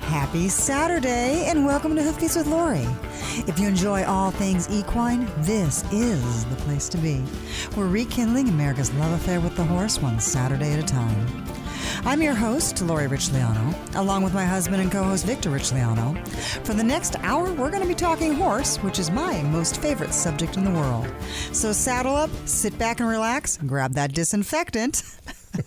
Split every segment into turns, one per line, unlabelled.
Happy Saturday and welcome to Hoofbeats with Lori. If you enjoy all things equine, this is the place to be. We're rekindling America's love affair with the horse one Saturday at a time. I'm your host, Lori Richliano, along with my husband and co host, Victor Richliano. For the next hour, we're going to be talking horse, which is my most favorite subject in the world. So saddle up, sit back and relax, grab that disinfectant.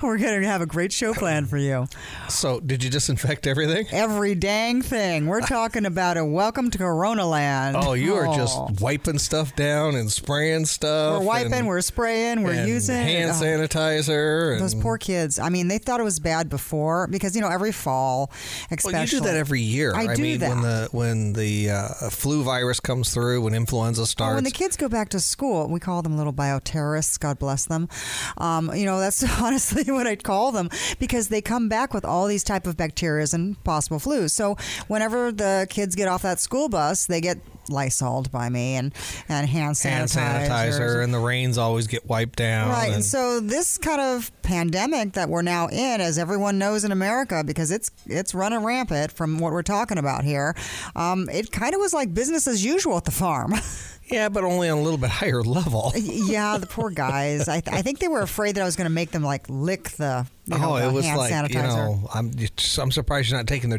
we're going to have a great show planned for you
So, did you disinfect everything?
every dang thing. We're talking about a welcome to Corona land.
Oh, you are
Oh.
just wiping stuff down and spraying stuff.
We're wiping,
and-
we're spraying, we're
and
using
hand
Oh,
sanitizer. And,
Those poor kids. I mean, they thought it was bad before because you know every fall, especially.
well, you do that every year.
I do
mean,
that.
when the when the uh, flu virus comes through, when influenza
Well,
starts.
Oh, when the kids go back to school, we call them little bioterrorists. God bless them. Um, you know, that's honestly what I'd call them because they come back with all these type of bacteria and possible flus. So whenever the kids get off that school bus, they get lysoled by me and and hand
hand
sanitizer.
sanitizer and the rains always get wiped down.
Right. And
and-
so this kind of pandemic that we're now in, as everyone knows in America, because it's it's running rampant from what we're talking about here, um, it kind of was like business as usual at the farm.
yeah, but only on a little bit higher level.
yeah, the poor guys. I, th- I think they were afraid that I was going to make them like lick the, you know,
oh,
the
it was
hand
like
sanitizer.
you know, I'm just, I'm surprised you're not taking their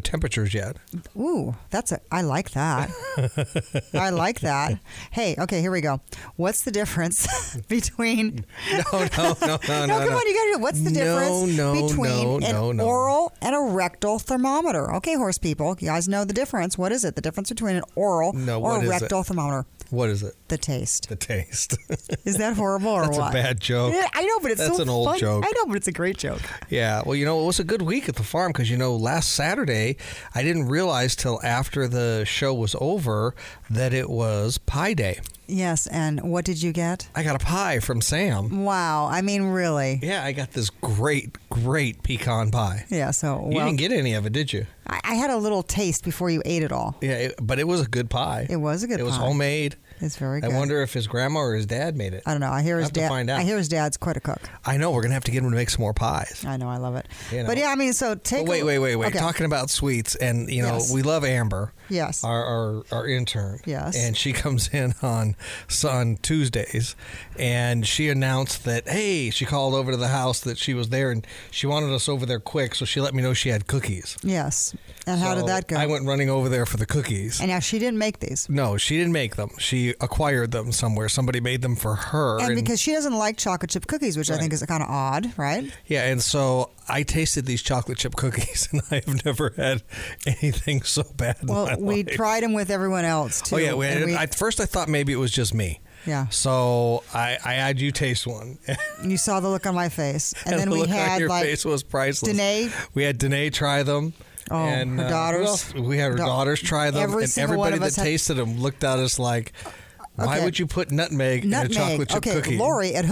temperatures yet.
Ooh, that's a. I like that. I like that. Hey, okay, here we go. What's the difference between
No, no, no, no, no.
no, come on, you gotta do. What's the
No,
difference
no, no,
between an
no, no.
oral and a rectal thermometer? Okay, horse people, you guys know the difference. What is it? The difference between an oral
No,
or
what
a
is it?
rectal thermometer?
What is it?
The taste.
The taste.
Is that horrible or
That's a
what?
bad joke.
Yeah, I know, but it's
That's
so
an old
fun-
joke.
I know, but it's a great joke.
Yeah, well, you know, it was a good week at the farm because you know last Saturday I didn't realize till after the show was over that it was Pie Day.
Yes, and what did you get?
I got a pie from Sam.
Wow, I mean, really?
Yeah, I got this great, great pecan pie.
Yeah. So
You
well,
didn't get any of it, did you?
I, I had a little taste before you ate it all.
Yeah, it, but it was a good pie.
It was a good.
It was
pie.
homemade.
It's very good.
I wonder if his grandma or his dad made it.
I don't know. I hear his
Have to
dad.
find out.
I hear his dad's quite a cook.
I know we're gonna have to get him to make some more pies.
I know. I love it.
You know.
But yeah, I mean, so take.
But
a-
wait, wait, wait, wait.
Okay.
Talking about sweets, and you know,
Yes.
we love Amber.
Yes.
Our, our our intern.
Yes.
And she comes in on on Tuesdays, and she announced that hey, she called over to the house that she was there, and she wanted us over there quick, so she let me know she had cookies.
Yes. And how did
So
that go?
I went running over there for the cookies.
and now she didn't make these.
no, she didn't make them. She acquired them somewhere. Somebody made them for her.
And because she doesn't like chocolate chip cookies, which I think is kind of odd, right?
Yeah, and so I tasted these chocolate chip cookies, and I have never had anything so bad. in my
Well, we
life.
tried them with everyone else too.
Oh yeah, we,
and we-
at first I thought maybe it was just me.
Yeah.
So I, I had you taste one, and,
you saw the look on my face, and, then
the
we
look on
had
your
like
face was priceless.
Danae.
we had Danae try them.
Oh,
and,
her
uh, who
daughters.
else? we had her
Da-
daughters try them,
Every
and
single one
everybody
of
that
us had-
tasted them looked at us like, "Why
Okay.
would you put nutmeg,
Nutmeg.
in a chocolate chip
okay,
cookie?"
Lori at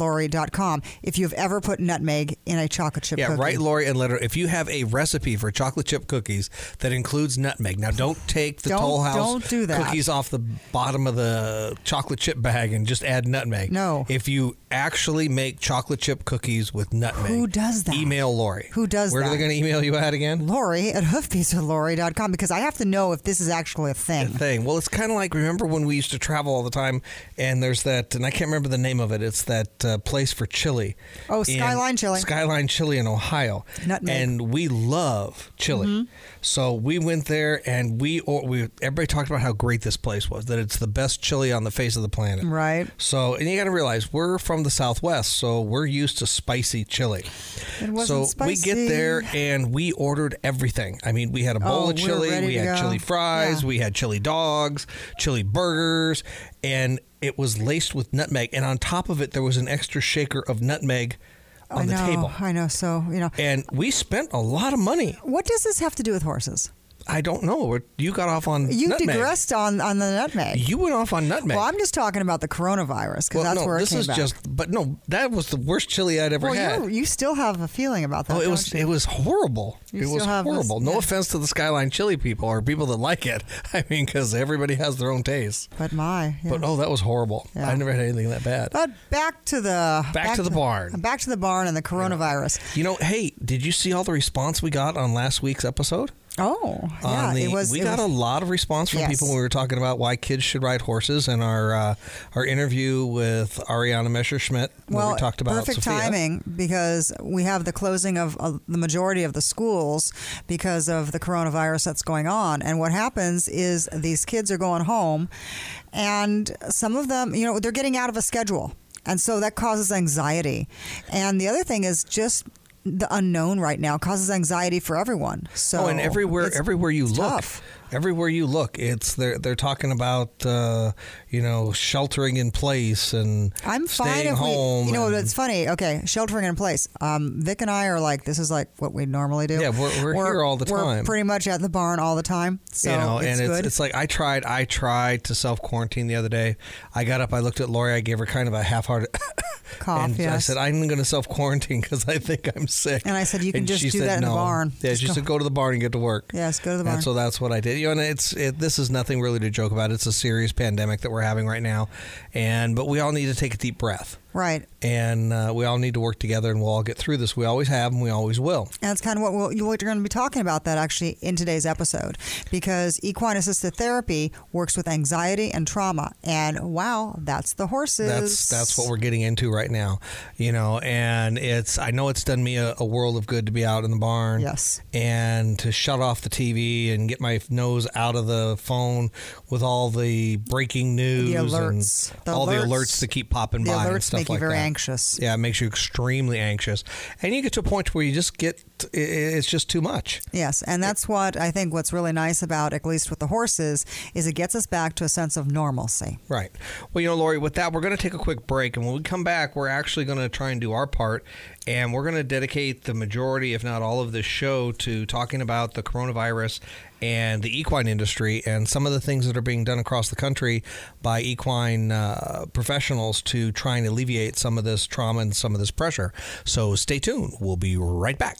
hoofbeatswithlori.com. If you've ever put nutmeg in a chocolate chip
Yeah,
cookie,
right, Lori and Leonard. If you have a recipe for chocolate chip cookies that includes nutmeg, now don't take the
Don't-
Toll House
don't do that.
cookies off the bottom of the chocolate chip bag and just add nutmeg.
No.
If you actually make chocolate chip cookies with nutmeg,
Who does that?
Email Lori.
Who does
Where
that?
are they going to email you at again?
Lori at hoofbeatswithlori.com because I have to know if this is actually a thing.
Thing. Well, it's kind of like remember when we used to travel all the time, and there's that, and I can't remember the name of it. It's that uh, place for chili.
Oh,
in-
Skyline Chili.
Skyline Chili in Ohio.
Nutmeg. Mm-hmm.
And we love chili, so we went there, and we or we everybody talked about how great this place was. That it's the best chili on the face of the planet.
Right.
So, and you got to realize we're from the Southwest, so we're used to spicy chili.
It wasn't
so we
spicy.
get there and we ordered everything. I mean, we had a bowl
Oh,
of
we were ready
chili, we
to
had
go.
chili fries,
Yeah.
we had chili dogs, chili burgers, and it was laced with nutmeg. And on top of it, there was an extra shaker of nutmeg on
I
the
know,
table.
I know. So you know,
And we spent a lot of money.
what does this have to do with horses?
I don't know. You got off on
You
nutmeg.
digressed on, on the nutmeg.
You went off on nutmeg.
Well, I'm just talking about the coronavirus because
Well,
that's
no,
where it
this
came
is
back.
just. But no, that was the worst chili I'd ever
well,
had.
you're- you still have a feeling about that.
Oh, it
don't
was
you?
it was horrible.
You
it
still
was
have this-
horrible. no
yeah.
offense to the Skyline Chili people or people that like it. I mean, because everybody has their own taste.
But my, yeah.
But oh, that was horrible.
Yeah.
I never had anything that bad.
But back to the
Back to the barn.
Back to the barn and the coronavirus.
You know, hey, did you see all the response we got on last week's episode?
Oh, yeah,
on the,
it was.
we
it
got
was-
a lot of response from
Yes.
people when we were talking about why kids should ride horses and our uh, our interview with Ariana Messerschmidt when
well,
we talked about
perfect
Sophia.
timing because we have the closing of uh, the majority of the schools because of the coronavirus that's going on. And what happens is these kids are going home, and some of them, you know, they're getting out of a schedule, and so that causes anxiety. And the other thing is just the unknown right now causes anxiety for everyone. So
oh, and everywhere,
it's-
everywhere you
it's
look,
tough.
everywhere you look, it's they're they're talking about uh, you know sheltering in place and
I'm fine
staying
if
home.
we. You know,
and-
it's funny. Okay, sheltering in place. Um, Vic and I are like this is like what we normally do.
Yeah, we're- we're here all the
We're
time.
pretty much at the barn all the time. So
you know,
it's
and
good.
it's, it's like I tried, I tried to self quarantine the other day. I got up, I looked at Lori, I gave her kind of a half hearted
Cough,
and I
yes.
said, I'm going to self quarantine because I think I'm sick.
And I said, "You can just
she
do that in the barn.
Yeah,
Just
she
go-
said, go to the barn and get to work.
yes, go to the barn.
And so that's what I did. You know, and it's it, this is nothing really to joke about. It's a serious pandemic that we're having right now, and but we all need to take a deep breath,
right,
and uh, we all need to work together, and we'll all get through this. We always have, and we always will.
and that's kind of what, we'll, what you're going to be talking about that actually in today's episode because equine assisted therapy works with anxiety and trauma. And wow, that's the horses.
That's that's what we're getting into right now, you know. And it's I know it's done me a, a world of good to be out in the barn,
Yes.
and to shut off the TV and get my nose out of the phone with all the breaking news,
alerts.
and
The
all
alerts-
the alerts that keep popping
the
by, and
alerts
stuff
make
like
you very
that.
anxious.
Yeah, it makes you extremely anxious, and you get to a point where you just get i- i- it's just too much.
Yes, and that's what I think what's really nice about at least with the horses is it gets us back to a sense of normalcy.
Right. Well, you know, Lori, with that, we're going to take a quick break. And when we come back, we're actually going to try and do our part. And we're going to dedicate the majority, if not all, of this show to talking about the coronavirus and the equine industry and some of the things that are being done across the country by equine uh, professionals to try and alleviate some of this trauma and some of this pressure. So stay tuned. We'll be right back.